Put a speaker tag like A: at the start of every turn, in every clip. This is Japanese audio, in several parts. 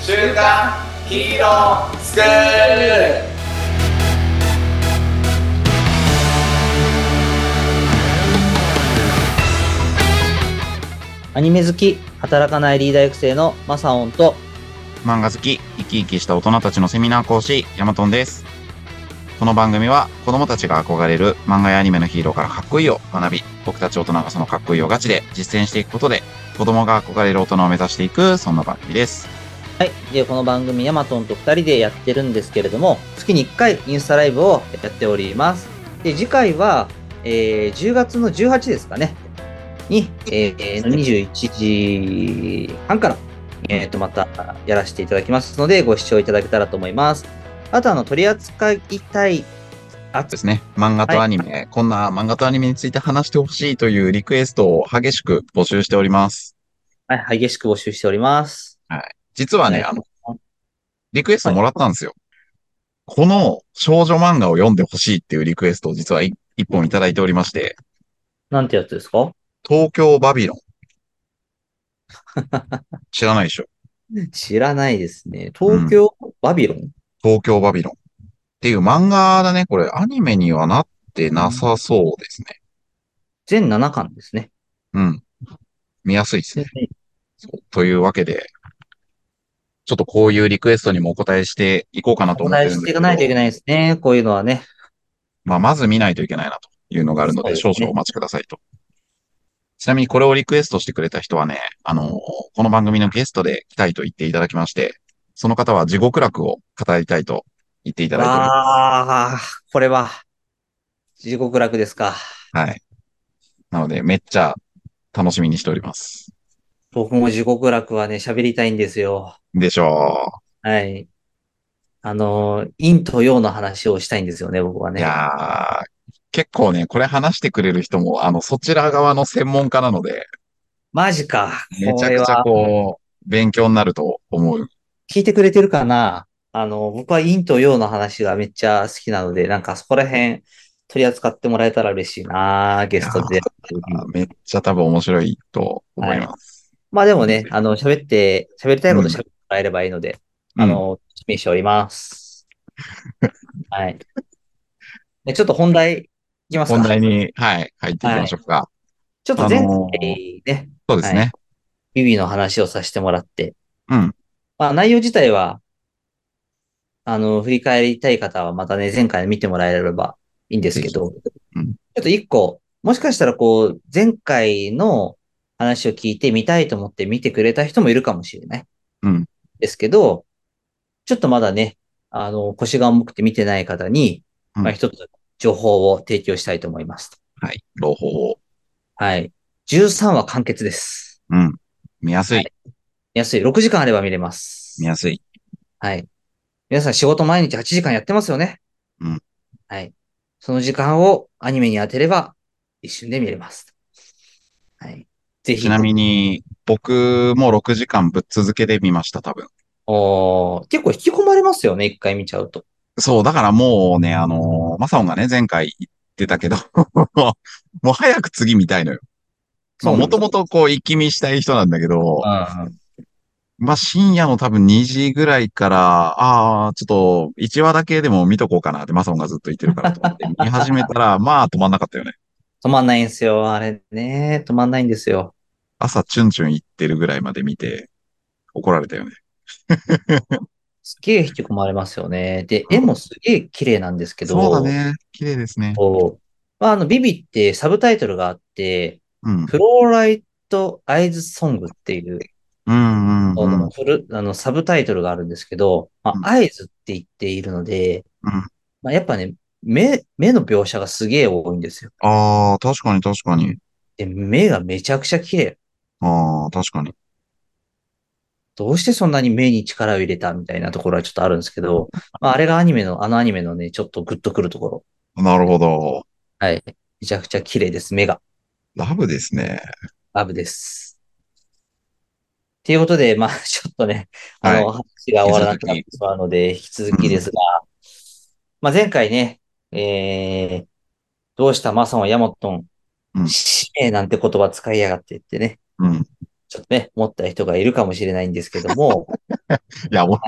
A: 週刊ヒーロースクール
B: アニメ好き、働かないリーダー育成のマサオンと、
C: 漫画好き、生き生きした大人たちのセミナー講師、ヤマトンです。この番組は子供たちが憧れる漫画やアニメのヒーローからかっこいいを学び、僕たち大人がそのかっこいいをガチで実践していくことで、子供が憧れる大人を目指していく、そんな番組です。
B: はい。で、この番組、ヤマトンと2人でやってるんですけれども、月に1回インスタライブをやっております。で、次回は、えー10月の18ですかね、に、えー、21時半から、えっ、と、またやらせていただきますので、ご視聴いただけたらと思います。あと、あの、取り扱いたい、あ
C: ですね、漫画とアニメ、こんな漫画とアニメについて話してほしいというリクエストを激しく募集しております。
B: はい、激しく募集しております。
C: 実はね、
B: はい
C: あの、リクエストもらったんですよ。この少女漫画を読んでほしいっていうリクエストを実は一一本いただいておりまして、
B: なんてやつですか
C: 東京バビロン。知らないでしょ。
B: 知らないですね。東京、バビロン
C: 東京バビロン。っていう漫画だね。これ、アニメにはなってなさそうですね。
B: 全7巻ですね。
C: うん。見やすいですね。そうというわけで、ちょっとこういうリクエストにもお答えしていこうかなと
B: お
C: 思って
B: 伝え
C: るん
B: し
C: です
B: てい
C: け
B: か
C: ど。
B: ないといけないですね。こういうのはね。
C: まあ、まず見ないといけないなというのがあるので、
B: そうですね
C: 少々お待ちくださいと。ちなみにこれをリクエストしてくれた人はね、あの、この番組のゲストで来たいと言っていただきまして、その方は地獄楽を語りたいと言っていただいておりま
B: ああ、これは、地獄楽ですか。
C: す。はい。なので、めっちゃ楽しみにしております。
B: 僕も地獄楽はね、喋りたいんですよ。
C: でしょ
B: はい。あの、陰と陽の話をしたいんですよね、僕は
C: う。
B: ね。
C: いやー、結構ね、これ話してくれる人も、あの、そちら側の専門家なので、
B: マジか。
C: めち
B: こ
C: ゃ
B: れ
C: くちゃ
B: は、
C: こう、勉強になると思う。
B: 聞いてくれてるかなあの、僕は陰と陽の話がめっちゃ好きなので、なんかそこら辺取り扱ってもらえたら嬉しいなゲストで。
C: あめっちゃ多分面白いと思います。
B: まあでもね、あの、喋って、喋りたいこと喋ってもらえればいいので、あ
C: うん、
B: の、楽しみにしており ます。はい。でちょっと本題いきますか。
C: 本題に、はい、入っていきましょうか。
B: ちょっと前
C: あの
B: 回ね、
C: そうですね。
B: ビビの話をさせてもらって、
C: うん。
B: まあ内容自体は、あの、振り返りたい方はまたね、前回見てもらえればいいんですけど、
C: うん
B: ちょっと一個、もしかしたらこう、前回の話を聞いて見たいと思って見てくれた人もいるかもしれない。
C: うん。
B: ですけど、ちょっとまだね、あの、腰が重くて見てない方に、
C: うん
B: まあ一つ情報を提供したいと思います。
C: はい。朗報を。
B: はい。13話完結です。
C: うん。見やすい。
B: はい見やすい。6時間あれば見れます。
C: 見やすい。
B: はい。皆さん仕事毎日8時間やってますよね。
C: うん。
B: はい。その時間をアニメに当てれば一瞬で見れます。はい。ぜひ。
C: ちなみに、僕も6時間ぶっ続けで見ました、多分。
B: おー結構引き込まれますよね、一回見ちゃうと。
C: そう、だからもうね、あのーマサオンがね、前回言ってたけど、 もう早く次見たいのよ。まあ、もとも
B: と。
C: とこう、一気見したい人なんだけど、
B: うん
C: まあ、深夜の多分2時ぐらいから、ああ、ちょっと1話だけでも見とこうかなってマサオンがずっと言ってるからと思って見始めたら、まあ止まんなかったよね。
B: 止まんないんですよ。あれね、止まんないんですよ。
C: 朝チュンチュン行ってるぐらいまで見て怒られたよね。
B: すっげえ引き込まれますよね。で、絵もすげえ綺麗なんですけど。
C: そうだね。綺麗ですね。
B: そう。まあ、あの、ビビってサブタイトルがあって、
C: うん。
B: フローライトアイズソングっていう、
C: うんうん
B: あ
C: うん
B: の。フルあのサブタイトルがあるんですけど、ま
C: うん
B: あ、アイズって言っているので、
C: うん
B: まあ、やっぱね、目、目の描写がすげえ多いんですよ。
C: ああ、確かに確かに。
B: で、目がめちゃくちゃ綺麗。
C: ああ、確かに。
B: どうしてそんなに目に力を入れたみたいなところはちょっとあるんですけど、まあ、あれがアニメの、あのアニメのね、ちょっとグッとくるところ。
C: なるほど。
B: はい。めちゃくちゃ綺麗です、目が。
C: ラブですね。
B: ラブです。ということで、まあ、 ちょっとね、あの、話が終わらなくなってしまうので、引き続きですが、まあ、前回ね、えー、どうしたマサンはヤモトン、
C: うん
B: 使命なんて言葉使いやがってってね、
C: うん。
B: ちょっとね、持った人がいるかもしれないんですけど も、
C: いや、もう、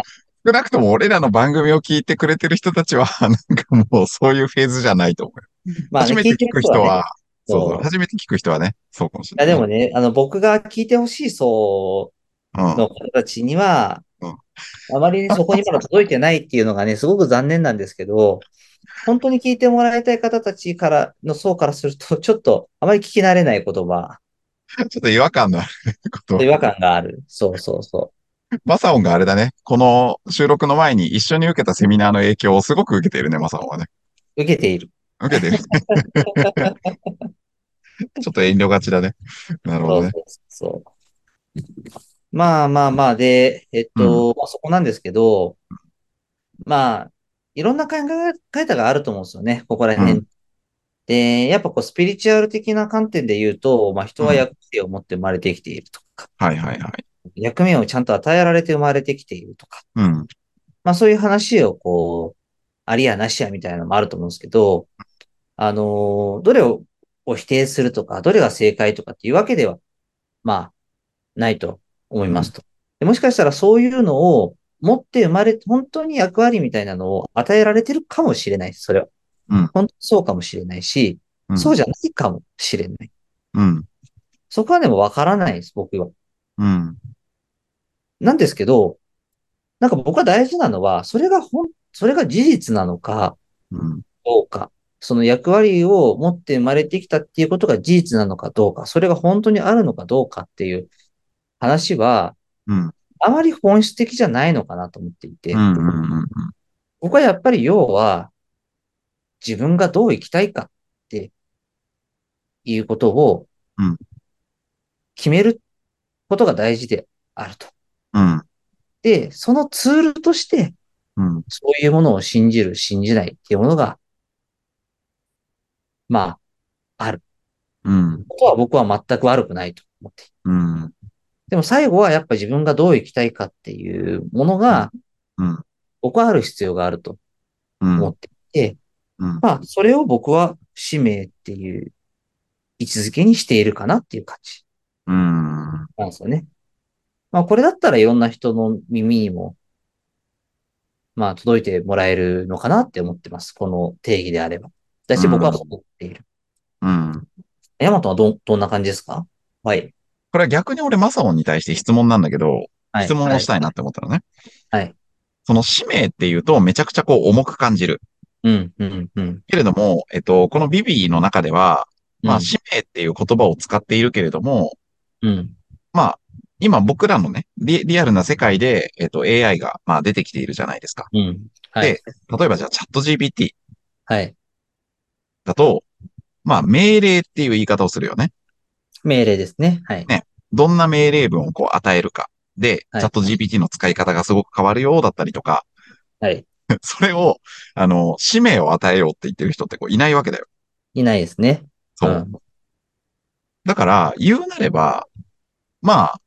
C: 少なくとも俺らの番組を聞いてくれてる人たちは、 なんかもうそういうフェーズじゃないと思う。
B: まあね、
C: 初めて聞く人は、
B: 聞いてる人はね
C: そう
B: そ
C: そうう、初めて聞く人はね、そうかもし
B: 聞いてる人はね、いや
C: れない。
B: でもね、あの、僕が聞いてほしい層
C: うん、
B: の方たちには
C: うん、
B: あまりねそこにまだ届いてないっていうのがね、すごく残念なんですけど、本当に聞いてもらいたい方たちからの層からすると、ちょっとあまり聞き慣れない言葉、
C: ちょっと違和感のあること。
B: 違和感がある。そうそうそ
C: マサオンがあれだね。この収録の前に一緒に受けたセミナーの影響をすごく受けているね、マサオンはね。
B: う。受けている。
C: 受けてる。ちょっと遠慮がちだね。なる
B: そ
C: ほど
B: うそ
C: ね
B: う。そうまあまあまあで、えっと、まあそこなんですけど、まあ、いろんな考え方があると思うんですよね、ここら辺。
C: うん
B: で、やっぱこう、スピリチュアル的な観点で言うと、まあ人は役目を持って生まれてきているとか、
C: はいはいはい。
B: 役目をちゃんと与えられて生まれてきているとか、
C: うん。
B: まあそういう話をこう、ありやなしやみたいなのもあると思うんですけど、あのーどれをを否定するとか、どれが正解とかっていうわけでは、まあ、ないと思いますと。でもしかしたらそういうのを持って生まれ、本当に役割みたいなのを与えられてるかもしれないです、それは。
C: うん
B: 本当にそうかもしれないし、
C: うん
B: そうじゃないかもしれない。
C: うん。
B: そこはでもわからないです、僕は。
C: うん。
B: なんですけど、なんか僕は大事なのは、それがほん、それが事実なのか、
C: うん。
B: どうか、その役割を持って生まれてきたっていうことが事実なのかどうか、それが本当にあるのかどうかっていう話は、
C: うん。
B: あまり本質的じゃないのかなと思っていて、
C: うん。うん。
B: 僕はやっぱり要は、自分がどう生きたいかっていうことを
C: うん、
B: 決めることが大事であると。
C: うん。
B: で、そのツールとして、
C: うん。
B: そういうものを信じる、信じないっていうものが、まあ、
C: うん。
B: ことは僕は全く悪くないと思っている。
C: うん。
B: でも最後はやっぱ自分がどう生きたいかっていうものが、
C: うん。
B: 僕はある必要があると
C: うん。
B: 思っていて、
C: うん。
B: まあ、それを僕は使命っていう位置づけにしているかなっていう感じ
C: うん。
B: なんですよね。まあ、これだったらいろんな人の耳にも、まあ、届いてもらえるのかなって思ってます。この定義であれば。だし、僕はそう思っている。
C: うん。
B: ヤマトはどん、どんな感じですかはい。
C: これは逆に俺、マサオンに対して質問なんだけど、
B: はい
C: 質問をしたいなって思ったのね。
B: はい。
C: その使命っていうと、めちゃくちゃこう重く感じる。
B: うん、うん、うん。
C: けれども、えっと、このビビの中では、
B: う
C: まあ、
B: ん
C: 使命っていう言葉を使っているけれども、
B: うん。
C: まあ、今僕らのね、リリアルな世界で、えっと、AI が、まあ、出てきているじゃないですか。
B: うん。はい。
C: で例えばじゃあ、チャット GPT
B: はい。
C: だと、まあ、命令っていう言い方をするよね。
B: 命令ですね。はい。
C: ねどんな命令文をこう与えるか。で、
B: はい
C: チャット GPT の使い方がすごく変わるようだったりとか、
B: はい。
C: それを、あの、使命を与えようって言ってる人ってこういないわけだよ。
B: いないですね。
C: そう。
B: うん
C: だから、言うなれば、まあ、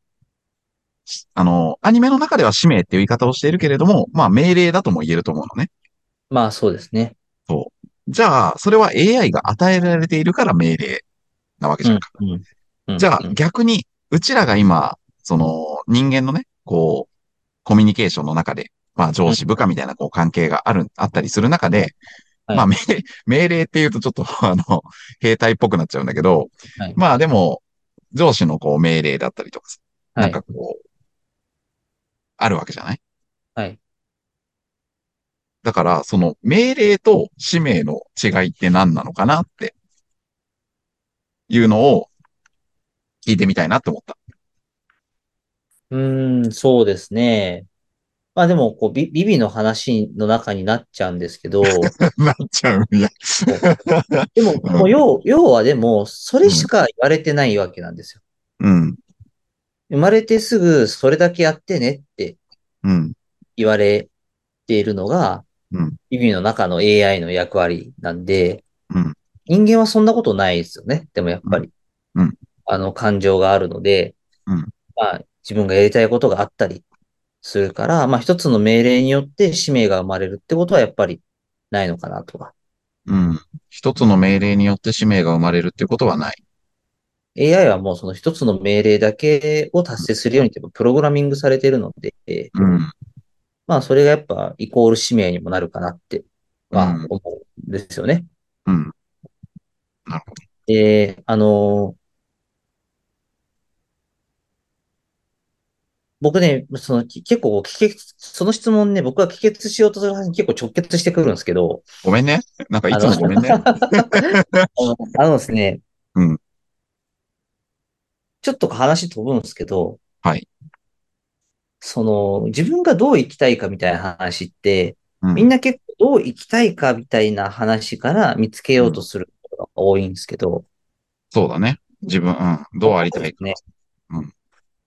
C: しあの、アニメの中では使命っていう言い方をしているけれども、まあ命令だとも言えると思うのね。
B: まあそうですね。
C: じゃあ、それは AI が与えられているから命令なわけじゃんか。
B: うんうん
C: じゃ
B: う
C: あ、
B: ん
C: 逆に、うちらが今、その、人間のね、こう、コミュニケーションの中で、まあ上司部下みたいなこう関係がある、あったりする中で、
B: はい
C: まあ命令、命令っていうとちょっと あの、兵隊っぽくなっちゃうんだけど、
B: はい
C: まあでも、上司のこう命令だったりとかさ、
B: は
C: ないんかこう、あるわけじゃない
B: はい。
C: だから、その命令と使命の違いって何なのかなって、いうのを聞いてみたいなって思った。
B: うーん、そうですね。まあでも、こう、ビビビの話の中になっちゃうんですけ ど、
C: なっちゃうんや。
B: でも、
C: うん
B: もう要要はでも、それしか言われてないわけなんですよ。
C: うん、
B: 生まれてすぐそれだけやってねって
C: うん、
B: 言われているのが、
C: うん
B: ビビの中の AI の役割なんで、
C: うん
B: 人間はそんなことないですよね。でもやっぱり。
C: うんうん
B: あの、感情があるので、
C: うん
B: まあ、自分がやりたいことがあったりするから、まあ、一つの命令によって使命が生まれるってことはやっぱりないのかなとは。
C: うん。一つの命令によって使命が生まれるっていうことはない。
B: AI はもうその一つの命令だけを達成するようにというかプログラミングされてるので、
C: うん。
B: まあそれがやっぱイコール使命にもなるかなって、まあ
C: うん
B: 思うんですよね。
C: うん。
B: で、あのー僕ね、そのき結構こう帰結、その質問ね、僕は帰結しようとする話に結構直結してくるんですけど、
C: ごめんね。なんかいつもごめんね。
B: あのあのですね、
C: うん
B: ちょっと話飛ぶんですけど、
C: はい。
B: その、自分がどう生きたいかみたいな話って、
C: うん
B: みんな結構どう生きたいかみたいな話から見つけようとすることが多いんですけど、
C: そうだね。自分、うん。どうありたいか。
B: ね。
C: うん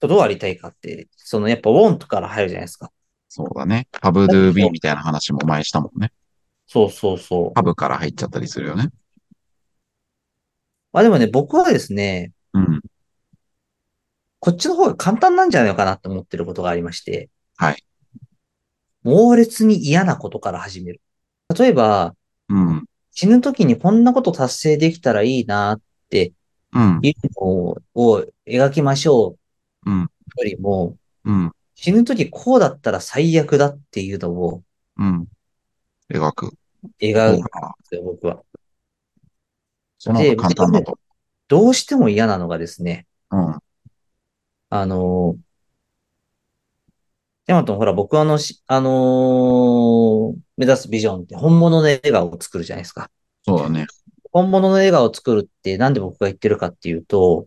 B: どうありたいかって、そのやっぱ want から入るじゃないですか。
C: そうだね。パブドゥービーみたいな話も前したもんね。
B: そうそうそう。
C: パブから入っちゃったりするよね。
B: まあでもね、僕はですね、
C: うん。
B: こっちの方が簡単なんじゃないのかなと思ってることがありまして。
C: はい。
B: 猛烈に嫌なことから始める。例えば、
C: うん。
B: 死ぬ時にこんなこと達成できたらいいなって
C: うん。
B: いうのをを描きましょう
C: うん。
B: よりも、
C: うん。
B: 死ぬ時こうだったら最悪だっていうのを
C: うん。描く。
B: 描く
C: そ
B: ん
C: う
B: で
C: かな
B: すよ、僕は。
C: その方が簡単だと。
B: どうしても嫌なのがですね、
C: うん。
B: あのー、ヤマトン、ほら、僕はあのし、あのー目指すビジョンって本物の笑顔を作るじゃないですか。
C: そうだね。
B: 本物の笑顔を作るってなんで僕が言ってるかっていうと、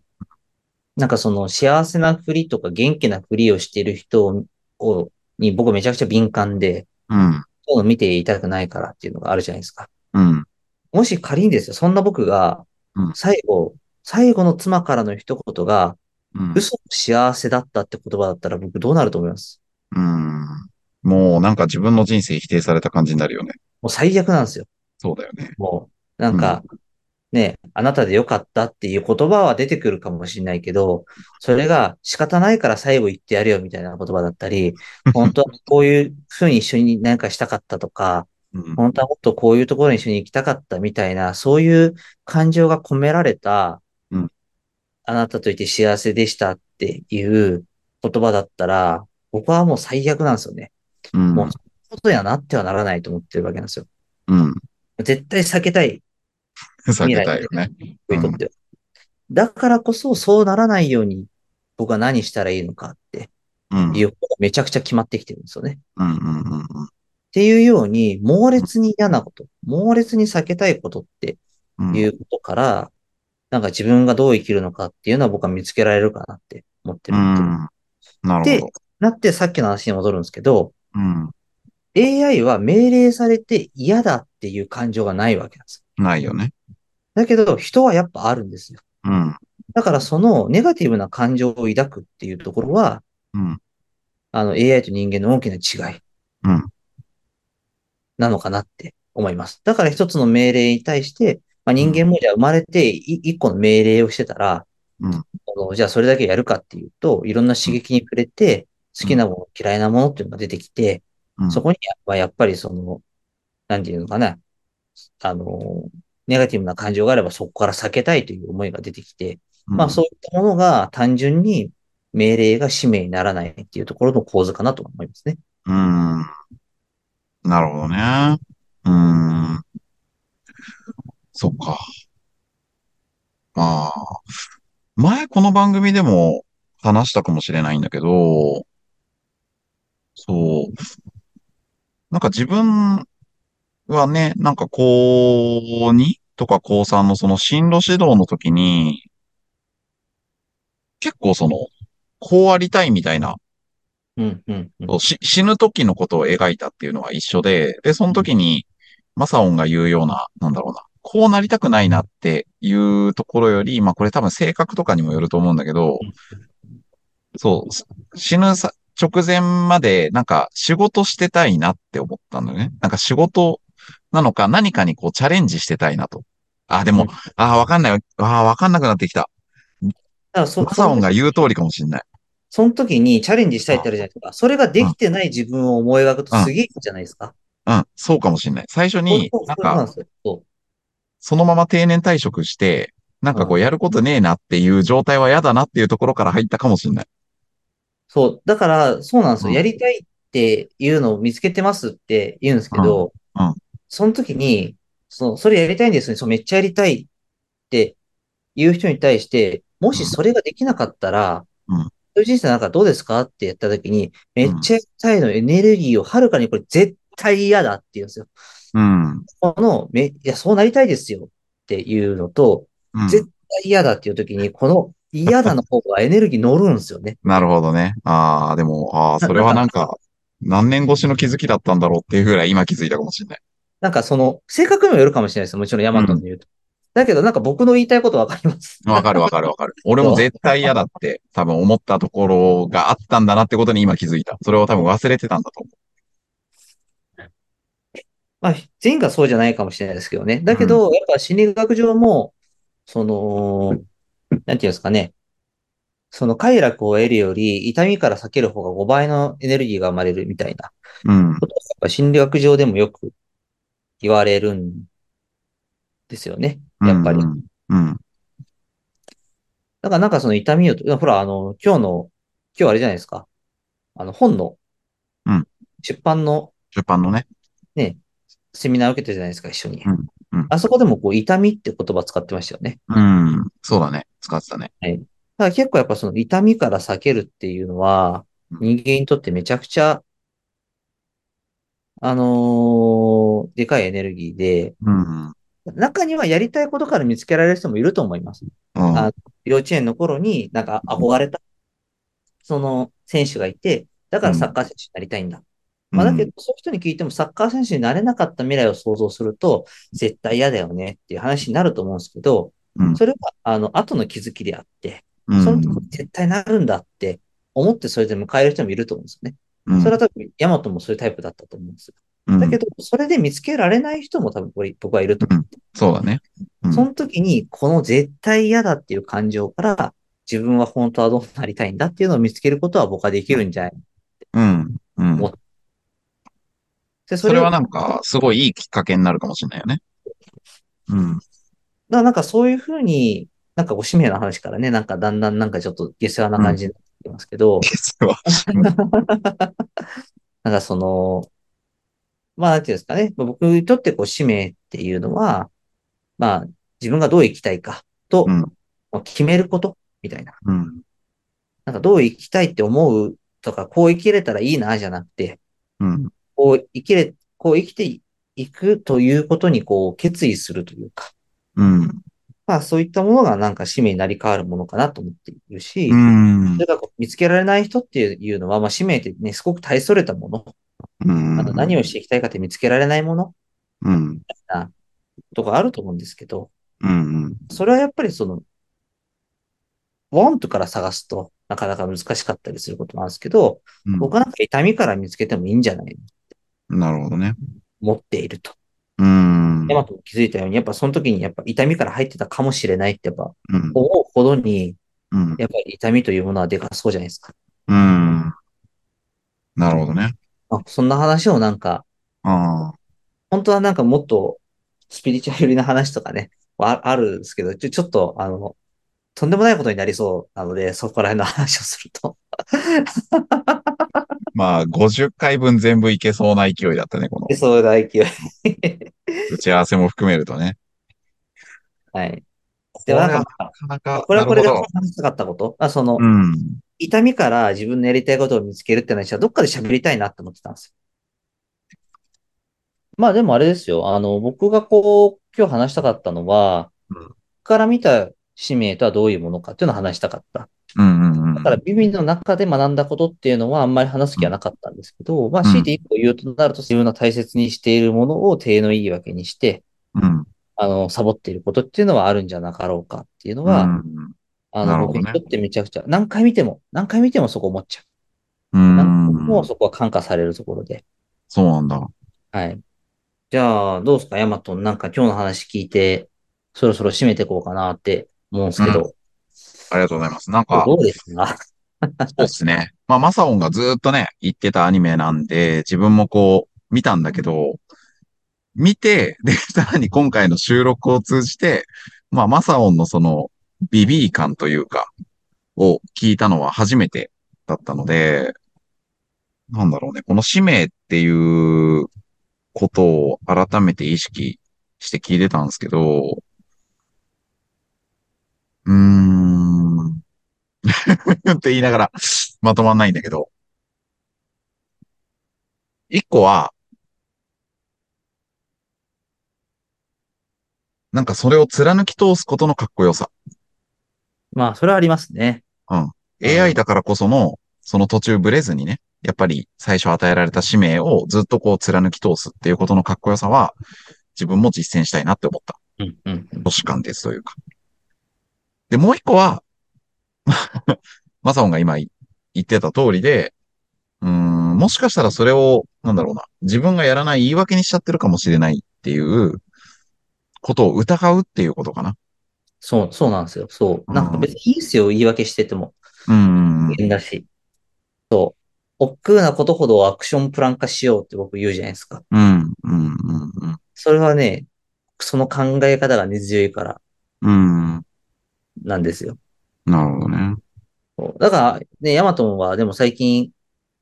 B: なんかその幸せなふりとか元気なふりをしている人を、をに僕めちゃくちゃ敏感で、
C: うん。
B: そういうの見ていたくないからっていうのがあるじゃないですか。
C: うん。
B: もし仮にですよ、そんな僕が
C: うん、
B: 最後、最後の妻からの一言が、
C: うん。
B: 嘘の幸せだったって言葉だったら僕どうなると思います
C: うん。もうなんか自分の人生否定された感じになるよね。
B: もう最悪なんですよ。
C: そうだよね。
B: もう、なんか、ね、あなたでよかったっていう言葉は出てくるかもしれないけど、それが仕方ないから最後言ってやるよみたいな言葉だったり、本当はこういうふうに一緒に何かしたかったとか、
C: うん。
B: 本当はもっとこういうところに一緒に行きたかったみたいな、そういう感情が込められた、
C: うん
B: あなたといて幸せでしたっていう言葉だったら、僕はもう最悪なんですよね。
C: うん。
B: もう、そういうことにはなってはならないと思ってるわけなんですよ。
C: うん。
B: 絶対避けたい
C: 避けたいよね。
B: 僕にとっては。だからこそ、そうならないように、僕は何したらいいのかって
C: うん。
B: いうことがめちゃくちゃ決まってきてるんですよね。っ
C: うんうんうんうん
B: ていうように、猛烈に嫌なこと、猛烈に避けたいことって
C: うん。
B: いうことから、なんか自分がどう生きるのかっていうのは僕は見つけられるかなって思って
C: う
B: る。
C: ん。なる
B: で
C: ほど。、
B: なってさっきの話に戻るんですけど、
C: うん。
B: AI は命令されて嫌だっていう感情がないわけなんです。
C: ないよね。
B: だけど、人はやっぱあるんですよ。
C: うん。
B: だからそのネガティブな感情を抱くっていうところは、
C: うん。
B: あの AI と人間の大きな違い
C: うん。
B: なのかなって思います。だから一つの命令に対して、まあ、人間もじゃあ生まれてい一個の命令をしてたら、
C: うん
B: あのじゃあそれだけやるかっていうと、いろんな刺激に触れて、好きなもの、嫌いなものっていうのが出てきて、
C: うん
B: そこにはやっぱりその、なんていうのかな、あの、ネガティブな感情があればそこから避けたいという思いが出てきて、まあそういったものが単純に命令が使命にならないっていうところの構図かなと思いますね。
C: うん。なるほどね。うん。そっか。まあ、前この番組でも話したかもしれないんだけど、そう。なんか自分はね、なんか高2とか高3のその進路指導の時に、結構その、こうありたいみたいな
B: うん、うん、うん。
C: そうし死ぬ時のことを描いたっていうのは一緒で、で、その時に、マサオンが言うような、なんだろうな、こうなりたくないなっていうところより、まあこれ多分性格とかにもよると思うんだけど、そう、す死ぬさ直前まで、なんか仕事してたいなって思ったんだよね。なんか仕事なのか何かにこうチャレンジしてたいなと。あ、で
B: う
C: も
B: ん、
C: あー、わかんない。あー、わかんなくなってきた。
B: だからそ
C: マサオンが言う通りかもしんない。
B: その時にチャレンジしたいってあるじゃないですか。それができてない自分を思い描くとすげえいいじゃないですか。
C: うん、そうかもしんない。最初に
B: そう、
C: なん
B: そうそうな
C: か
B: ん、ですよ。そ
C: そのまま定年退職して、なんかこうやることねえなっていう状態は嫌だなっていうところから入ったかもしれない。
B: そう。だから、そうなんです
C: う
B: よ。
C: ん
B: やりたいっていうのを見つけてますって言うんですけど
C: うんうん、
B: その時に、その、それやりたいんですね。そう、めっちゃやりたいって言う人に対して、も
C: うん
B: しそれができなかったら、
C: うん
B: そういう人生なんかどうですかって言った時に、めっちゃやりたいのエネルギーをはるかにこれ絶対嫌だって言うんですよ。
C: うん。うん
B: この、め、いや、そうなりたいですよっていうのと、絶対嫌だっていう時に、この嫌だの方がエネルギー乗るんですよね。
C: なるほどね。ああ、でも、ああ、それはなんか、何年越しの気づきだったんだろうっていうぐらい今気づいたかもしれない。
B: なんかその、性格にもよるかもしれないですよ。もちろんヤマトの言うと。だけどなんか僕の言いたいことわかります。
C: わかるわかるわかる。俺も絶対嫌だって多分思ったところがあったんだなってことに今気づいた。それを多分忘れてたんだと思
B: まあ、全員がそうじゃないかもしれないですけどね。だけど、やっぱ心理学上も、その、なんていうんですかね。その快楽を得るより、痛みから避ける方が5倍のエネルギーが生まれるみたいな
C: う。うん。
B: ことが、やっぱ心理学上でもよく言われるんですよね。やっぱり。
C: うん。うん。
B: だからなんかその痛みを、ほら、あの、今日の、今日あれじゃないですか。あの、本の
C: うん、
B: 出版の
C: 出版のね。
B: セミナー受けたじゃないですか、一緒に。
C: うんうん
B: あそこでもこう、痛みって言葉使ってましたよね。
C: うん。そうだね。使ってたね。
B: だから結構やっぱその痛みから避けるっていうのは、
C: う
B: 人間にとってめちゃくちゃ、あのーでかいエネルギーで、
C: うん。うん。
B: 中にはやりたいことから見つけられる人もいると思います。あ幼稚園の頃になんか憧れた、その選手がいて、だからサッカー選手になりたいんだ。まあ、だけど、そういう人に聞いてもサッカー選手になれなかった未来を想像すると、絶対嫌だよねっていう話になると思うんですけど
C: うん、
B: それは、あの、後の気づきであって、
C: うん、
B: その時に絶対なるんだって思ってそれで迎える人もいると思うんですよね。
C: うん、
B: それは多分、ヤマトもそういうタイプだったと思うんですよ。
C: うん、
B: だけど、それで見つけられない人も多分これ、僕はいると思う
C: そうだね。うん
B: その時に、この絶対嫌だっていう感情から、自分は本当はどうなりたいんだっていうのを見つけることは僕はできるんじゃない
C: うん。うん。
B: もでそ
C: それ
B: を
C: はなんか、すごいいいきっかけになるかもしれないよね。うん。
B: だからなんかそういうふうに、なんかお使命の話からね、なんかだんだんなんかちょっと下世話な感じになってますけど、
C: 実は。
B: なんかその、まあなんていうんですかね、まあ僕にとってこう使命っていうのは、まあ自分がどう生きたいかと、
C: うん
B: まあ決めることみたいな。
C: うん。
B: なんかどう生きたいって思うとか、こう生きれたらいいなじゃなくて、
C: うん。
B: こう生きれ、こう生きていくということにこう決意するというか、
C: うん。
B: まあそういったものがなんか使命になり変わるものかなと思っているし、
C: うん
B: それ。がこう見つけられない人っていうのは、まあ使命ってね、すごく大それたもの、
C: うん
B: あと何をしていきたいかって見つけられないもの
C: うん。
B: とかあると思うんですけど、
C: うん。
B: それはやっぱりその、ワントから探すとなかなか難しかったりすることなんですけど、
C: うん
B: 僕はなんか痛みから見つけてもいいんじゃない
C: なるほどね。
B: 持っていると。
C: うん。
B: ヤマトも気づいたように、やっぱその時にやっぱ痛みから入ってたかもしれないってやっぱ
C: うん。
B: 思うほどに、
C: うん。
B: やっぱり痛みというものはでかそうじゃないですか。
C: うん。なるほどね。
B: まあ、そんな話をなんか、
C: あ
B: 本当はなんかもっとスピリチュアル寄りな話とかね、ああるんですけど、ちょちょっと、あの、とんでもないことになりそうなので、そこら辺の話をすると。
C: あ。まあ、50回分全部いけそうな勢いだったね、この
B: で、そうだ、勢い。
C: 打ち合わせも含めるとね。
B: はい。
C: こ
B: で
C: れ
B: も
C: は
B: なん
C: な
B: か、
C: かなか、
B: これはこれで
C: なるほ
B: 話したかったことあその、
C: どうん。
B: 痛みから自分のやりたいことを見つけるって話はどっかで喋りたいなって思ってたんですよ。まあでもあれですよ。あの、僕がこう、今日話したかったのは、
C: うん
B: 僕から見た使命とはどういうものかっていうのを話したかった。
C: うんうんう
B: だ
C: ん
B: から、ビビの中で学んだことっていうのはあんまり話す気はなかったんですけど、まあ、
C: うん
B: 強いて一個言うとなると、自分の大切にしているものを手の言い訳にして、
C: うん。
B: あの、サボっていることっていうのはあるんじゃなかろうかっていうのは、あ
C: なる
B: の、
C: ほ
B: 僕
C: どね
B: にとってめちゃくちゃ、何回見ても、何回見てもそこ思っちゃう。
C: うん。
B: なんか
C: う
B: も
C: ん
B: う。そこは感化されるところで。
C: そうなんだ。
B: はい。じゃあ、どうですか、ヤマトン。なんか今日の話聞いて、そろそろ締めていこうかなって思うんですけど、
C: ありがとうございます。なんか、
B: どうですか
C: そうですね。まあ、マサオンがずーっとね、言ってたアニメなんで、自分もこう、見た んだけど、見て、で、さらに今回の収録を通じて、まあ、マサオンのその、ビビー感というか、を聞いたのは初めてだったので、なんだろうね、この使命っていうことを改めて意識して聞いてたんですけど、うーん、 って言いながら、まとまんないんだけど、一個は、なんかそれを貫き通すことのかっこよさ。
B: まあ、それはありますね。うん
C: AI だからこその、その途中ブレずにね、やっぱり最初与えられた使命をずっとこう貫き通すっていうことのかっこよさは、自分も実践したいなって思った。
B: うん、うん、うん。
C: 都市間ですというか。で、もう一個は、 マサオンが今言ってた通りで、うーん、もしかしたらそれを、なんだろうな、自分がやらない言い訳にしちゃってるかもしれないっていうことを疑うっていうことかな。
B: そう、そうなんですよ。そう。なんか別にいいですよ、言い訳してても。
C: うん。
B: 変だし。そう。億劫なことほどアクションプラン化しようって僕言うじゃないですか。
C: うん、うん、うん、
B: それはね、その考え方が根強いから
C: うん。うん。
B: なんですよ。
C: なるほどね。
B: そうだから、ね、ヤマトンはでも最近、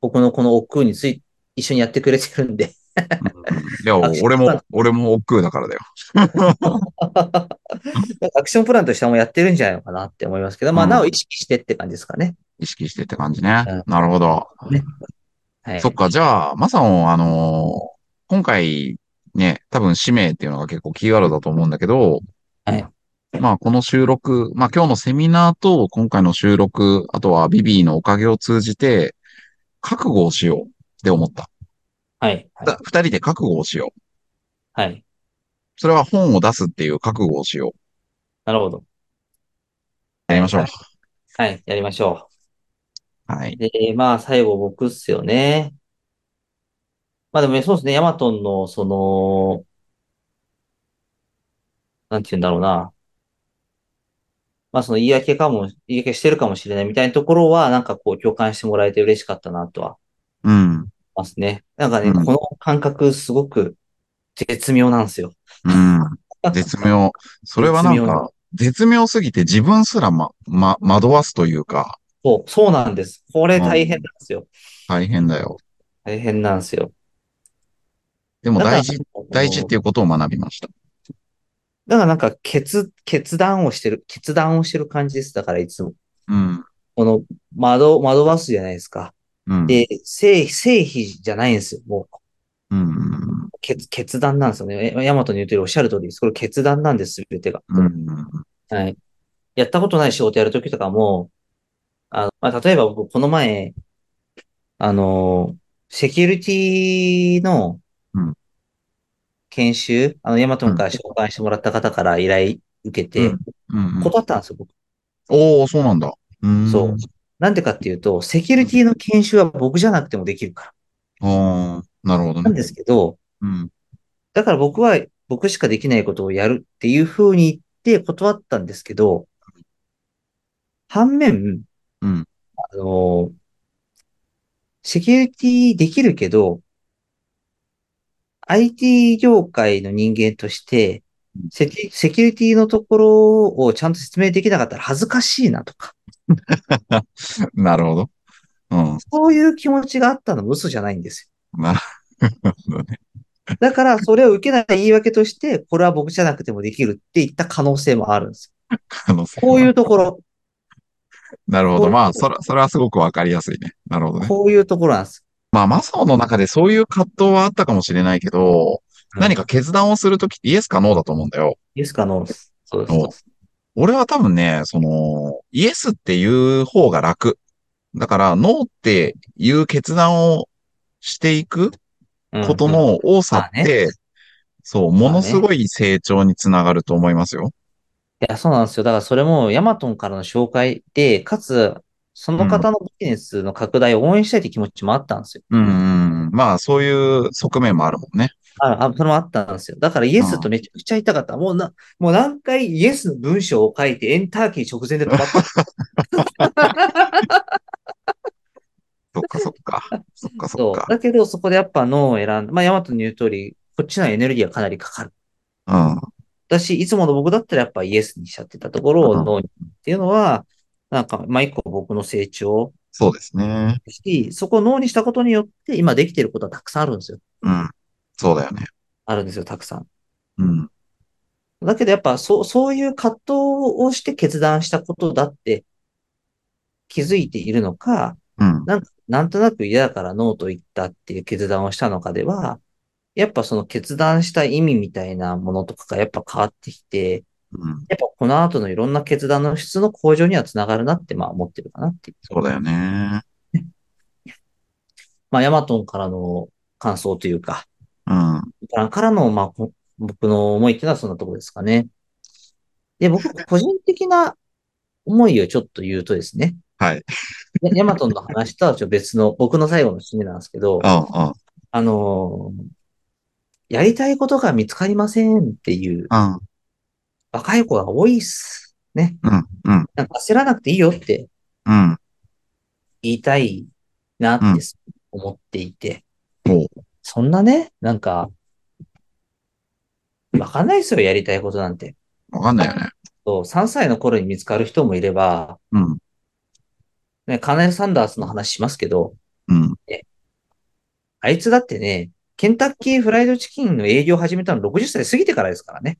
B: 僕のこの億劫につい、一緒にやってくれてるんで。
C: いや
B: アクシ、ョン
C: 俺
B: プラン
C: も、俺も億劫だからだよ。
B: なんかアクションプランとしてはもうやってるんじゃないのかなって思いますけど、まあ、
C: うん
B: なお意識してって感じですかね。
C: 意識してって感じね
B: うん。
C: なるほど。
B: ねはい。
C: そっか、じゃあ、まさん、あのー今回、ね、多分使命っていうのが結構キーワードだと思うんだけど、
B: はい
C: まあ、この収録、まあ今日のセミナーと今回の収録、あとはビビーのおかげを通じて、覚悟をしようって思った。
B: はい。
C: だ二人で覚悟をしよう。
B: はい。
C: それは本を出すっていう覚悟をしよう。
B: なるほど。
C: やりましょう。
B: はい。やりましょ
C: はい。
B: う。で、まあ、最後僕っすよね。まあでもね、そうですね。ヤマトンの、その、なんて言うんだろうな。まあ、その言い訳かも、言い訳してるかもしれないみたいなところは、なんかこう、共感してもらえて嬉しかったなとは
C: うん。うん。
B: 思いますね。なんかね、
C: うん
B: この感覚、すごく絶妙なんですよ。
C: 絶妙。それはなん
B: 絶妙
C: か
B: な、
C: 絶妙すぎて自分すらま、ま、惑わすというか、
B: そう、そうなんです。これ大変なんですよ。
C: 大変だよ。
B: 大変なんですよ。
C: でも
B: だから
C: 大事、大事っていうことを学びました。
B: だからなんか決、決断をしてる、決断をしてる感じです。だからいつも。
C: うん。
B: この、窓、窓バスじゃないですか。
C: うん。
B: で、正、正否じゃないんですよ。もう、
C: うん。
B: 決、決断なんですよね。えヤマトに言うとおりおっしゃる通りです。これ決断なんです、すべてが。
C: うん。
B: はい。やったことない仕事やるときとかも、あの、まあ、例えば僕、この前、あの、セキュリティの
C: うん
B: 研修、あの、ヤマトンから紹介してもらった方から依頼受けて、
C: うん。
B: 断ったんですよ、僕。
C: おおそうなんだ。うん。
B: そう。なんでかっていうと、セキュリティの研修は僕じゃなくてもできるか
C: ああ、なるほど
B: ら。なん
C: ね。
B: ですけど、
C: うん。
B: だから僕は、僕しかできないことをやるっていうふうに言って断ったんですけど、反面、
C: うん。
B: あの、セキュリティできるけど、IT 業界の人間として
C: うん
B: セキュ、セキュリティのところをちゃんと説明できなかったら恥ずかしいなとか、
C: なるほど。うん。
B: そういう気持ちがあったのも嘘じゃないんです
C: なるほどね。
B: よ。だから、それを受けない言い訳として、これは僕じゃなくてもできるって言った可能性もあるんです
C: 可能性
B: よ。こういうところ、
C: なるほ
B: こう
C: ど。
B: いう
C: まあ、それ、それはすごくわかりやすいね。なるほどね。
B: こういうところなんです。
C: まあ、マサオの中でそういう葛藤はあったかもしれないけど、
B: うん
C: 何か決断をするときってイエスかノーだと思うんだよ。
B: イエスかノーです。そうですそうです。
C: 俺は多分ね、その、イエスっていう方が楽。だから、ノーっていう決断をしていく
B: うん
C: ことの多さって、そう、ものすごい成長につながると思いますよ。
B: いや、そうなんですよ。だからそれもヤマトンからの紹介で、かつ、その方のビジネスの拡大を応援したいという気持ちもあったんですよ。
C: うん、うん。まあ、そういう側面もあるもんね。
B: あ、あ、それもあったんですよ。だからイエスとめちゃくちゃ言いたかった。もうな、もう何回イエスの文章を書いてエンターキー直前で止まった。
C: そっかそっ か。そっかそ
B: そ
C: っ
B: う
C: か。
B: だけど、そこでやっぱノーを選んで、まあヤマトンの言う通り、こっちのエネルギーはかなりかかる。
C: うん。
B: 私、いつもの僕だったらやっぱイエスにしちゃってたところをノーにっていうのは、なんか、まあ、一個僕の成長
C: そうですね。
B: だし、そこをノーにしたことによって、今できてることはたくさんあるんですよ。
C: うん。そうだよね。
B: あるんですよ、たくさん。
C: うん。
B: だけどやっぱ、そう、そういう葛藤をして決断したことだって気づいているのか、
C: うん。
B: なんとなく嫌だからノーと言ったっていう決断をしたのかでは、やっぱその決断した意味みたいなものとかがやっぱ変わってきて、
C: うん。
B: やっぱこの後のいろんな決断の質の向上にはつながるなって、まあ思ってるかなっていう。
C: そうだよね。
B: まあヤマトンからの感想というか、
C: うん。
B: からの、まあ、こ僕の思いっていうのはそんなところですかね。で、 僕、個人的な思いをちょっと言うとですね。
C: はい
B: や。ヤマトンの話とはちょっと別の、僕の最後の締めなんですけど、
C: うん。うん。
B: あのーやりたいことが見つかりませんっていう
C: うん。
B: 若い子が多いっす。ね。
C: うん。うん。
B: なんか焦らなくていいよって
C: うん。
B: 言いたいなって思っていて。
C: ほう
B: そんなね、なんか、わかんないですよ、やりたいことなんて。
C: わかんないよね。
B: そう、3歳の頃に見つかる人もいれば、
C: うん。
B: ね、カーネル・サンダースの話しますけど、
C: うん。
B: あいつだってね、ケンタッキーフライドチキンの営業を始めたの60歳過ぎてからですからね。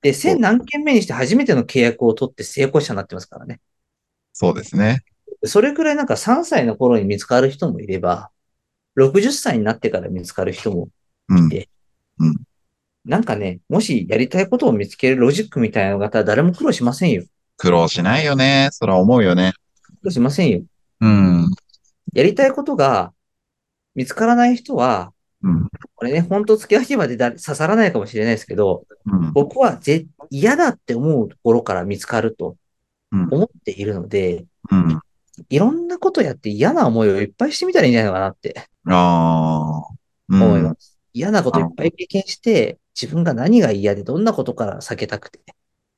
B: で、千何件目にして初めての契約を取って成功者になってますからね。
C: そうですね。
B: それくらいなんか3歳の頃に見つかる人もいれば、60歳になってから見つかる人も、
C: うん。
B: なんかね、もしやりたいことを見つけるロジックみたいな方は誰も苦労しませんよ。苦
C: 苦労しないよね。そら思うよね。
B: 労しませんよ。
C: うん。
B: やりたいことが見つからない人は、
C: うん。
B: これね、本当付き合いまでだ刺さらないかもしれないですけど、
C: うん。
B: 僕はぜ嫌だって思うところから見つかると
C: うん
B: 思っているので、
C: うん。
B: いろんなことやって嫌な思いをいっぱいしてみたらいいんじゃないのかなって
C: ああ。う
B: 思い
C: ん
B: ま。す。嫌なこといっぱい経験して、自分が何が嫌でどんなことから避けたくて、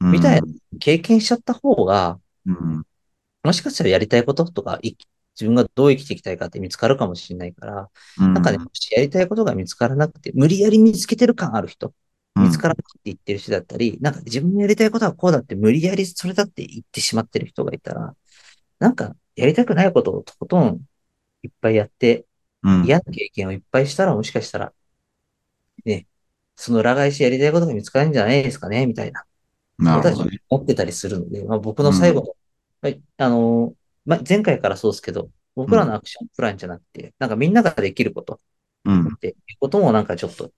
B: みたいな経験しちゃった方が、
C: うん。
B: もしかしたらやりたいこととか、い自分がどう生きていきたいかって見つかるかもしれないから、
C: うん。
B: なんかね、もしやりたいことが見つからなくて、無理やり見つけてる感ある人、見つからないって言ってる人だったり、なんか自分のやりたいことはこうだって無理やりそれだって言ってしまってる人がいたら、なんかやりたくないことをとことんいっぱいやって、
C: うん。
B: 嫌な経験をいっぱいしたらもしかしたら、ね、その裏返しやりたいことが見つかるんじゃないですかね、みたいな
C: な
B: こと
C: る
B: は
C: ほどね。
B: 思ってたりするので、まあ、僕の最後の、はいあのーまあ、前回からそうですけど、僕らのアクションプランじゃなくて、なんかみんなができること
C: うん。
B: っていうこともなんかちょっと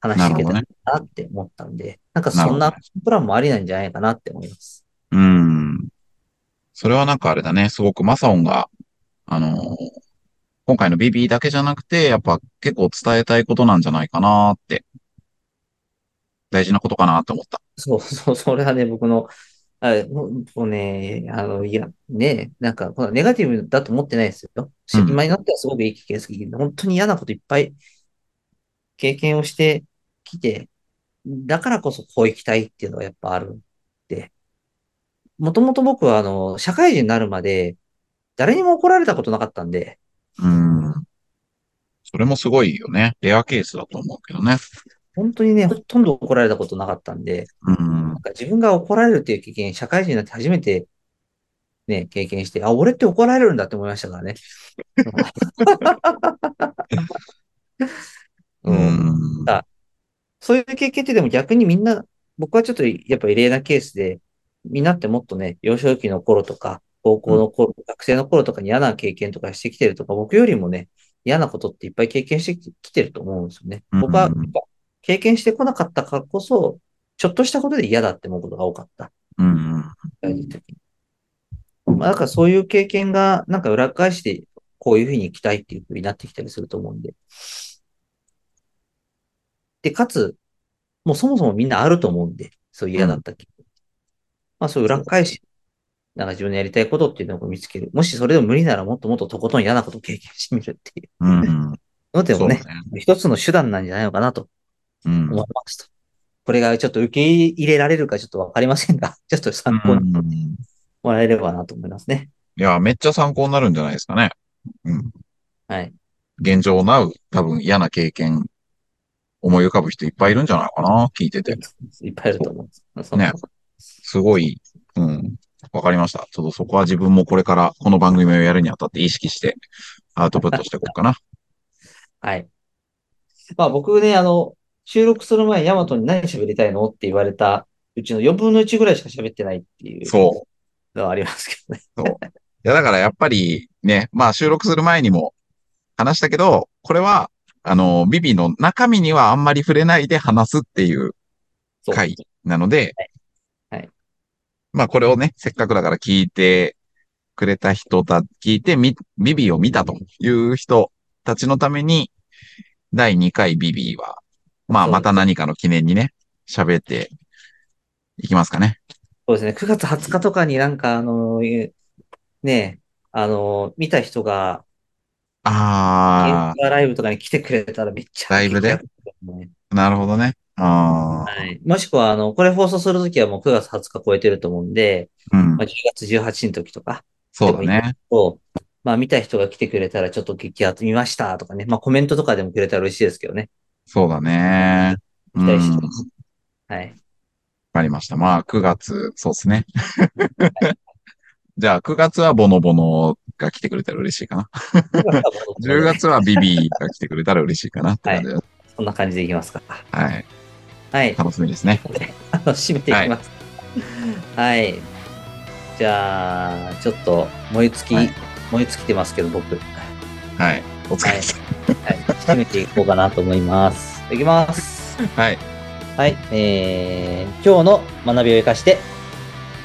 B: 話し
C: な
B: ていけ
C: るほ
B: た
C: ど
B: ら
C: ね。
B: なって思ったんで、なんか
C: な
B: そ
C: るほ
B: ん
C: ど
B: なプランもありなんじゃないかなって思います。
C: うん。それはなんかあれだね。すごくマサオンが、あのー今回の BB だけじゃなくて、やっぱ結構伝えたいことなんじゃないかなって。大事なことかなって思った。
B: そうそう、 それはね、僕の、あもうもうね、あの、いや、ね、なんか、このネガティブだと思ってないですよ。し
C: うん
B: 今になってはすごくいい経験ですけど、本当に嫌なこといっぱい経験をしてきて、だからこそこう行きたいっていうのはやっぱあるんで、もともと僕は、あの、社会人になるまで、誰にも怒られたことなかったんで、
C: うん。それもすごいよね。レアケースだと思うけどね。
B: 本当にね、ほとんど怒られたことなかったんで、
C: うん
B: なん。か自分が怒られるっていう経験、社会人になって初めて、ね、経験して、あ、俺って怒られるんだって思いましたからね。う、
C: うんん。
B: そういう経験ってでも逆にみんな、僕はちょっとやっぱ異例なケースで、みんなってもっとね、幼少期の頃とか、高校の頃、学生の頃とかに嫌な経験とかしてきてるとか、僕よりもね、嫌なことっていっぱい経験してききてると思うんですよね。
C: うん
B: 僕はやっぱ経験してこなかったからこそ、ちょっとしたことで嫌だって思うことが多かった。
C: うん。
B: 大事な時にまあ、だからそういう経験が、なんか裏返して、こういうふうに行きたいっていうふうになってきたりすると思うんで。で、かつ、もうそもそもみんなあると思うんで、そういう嫌だった経験まあそういう裏返し、なんか自分のやりたいことっていうのを見つける。もしそれでも無理ならもっともっととことん嫌なことを経験してみるっていう
C: うん。
B: ので
C: そ
B: も
C: うだ
B: ね、
C: ね。
B: 一つの手段なんじゃないのかなと
C: うん。
B: 思いますと。これがちょっと受け入れられるかちょっとわかりませんが、ちょっと参考に
C: うんい
B: もらえればなと思いますね。
C: や、めっちゃ参考になるんじゃないですかね。うん。
B: はい。
C: 現状なう、多分嫌な経験思い浮かぶ人いっぱいいるんじゃないかな聞いてて。
B: いっぱいいると思う。そ
C: ね。すごい、うん。わかりました。ちょっとそこは自分もこれからこの番組をやるにあたって意識してアウトプットしていこうかな。
B: はい。まあ僕ね、あの、収録する前にヤマトに何喋りたいのって言われたうちの4分の1ぐらいしか喋ってないっていう
C: そう。
B: のはありますけどね。
C: いや、だからやっぱりね、まあ収録する前にも話したけど、これは、あの、ビビの中身にはあんまり触れないで話すっていう
B: そう。
C: 回なので、
B: はいはい
C: まあこれをね、せっかくだから聞いてくれた人だ、聞いてみ、ビビを見たという人たちのために、第2回ビビは、まあ
B: そう
C: また何かの記念にね、喋っていきますかね。
B: そうですね。9月20日とかになんか、あの、えねえ、あの、見た人が、イン
C: あ
B: スタライブとかに来てくれたらめっちゃ。
C: ライブで
B: ね
C: ー、なるほどね。あー
B: はい。もしくは、あの、これ放送するときはもう9月20日超えてると思うんで、
C: うん
B: ま。あ、10月18日の時とか
C: そうだね。
B: を、まあ見た人が来てくれたらちょっと激アツ見ましたとかね、まあコメントとかでもくれたら嬉しいですけどね。
C: そうだね。う
B: 期
C: ん。
B: 待
C: わ
B: してます。 はい。
C: かりました。まあ、9月、そうですね。 じゃあ、9月はボノボノが来てくれたら嬉しいかな。10月はビビが来てくれたら嬉しいかなって感じです。
B: そんな感じでいきますか。
C: はい。
B: はい。
C: 楽しみですね。
B: 楽しめていきます。はい。じゃあ、ちょっと燃え尽き、
C: はい
B: 燃え尽きてますけど、僕。はい。
C: はい。お疲れ様。
B: 締めていこうかなと思います。いきます。
C: はい。
B: はい。えー、今日の学びを生かして、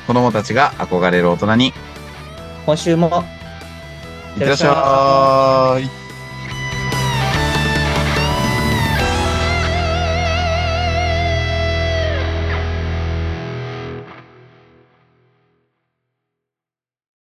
C: 子供たちが憧れる大人に、いっ
B: 今週も
C: てらっしゃーい。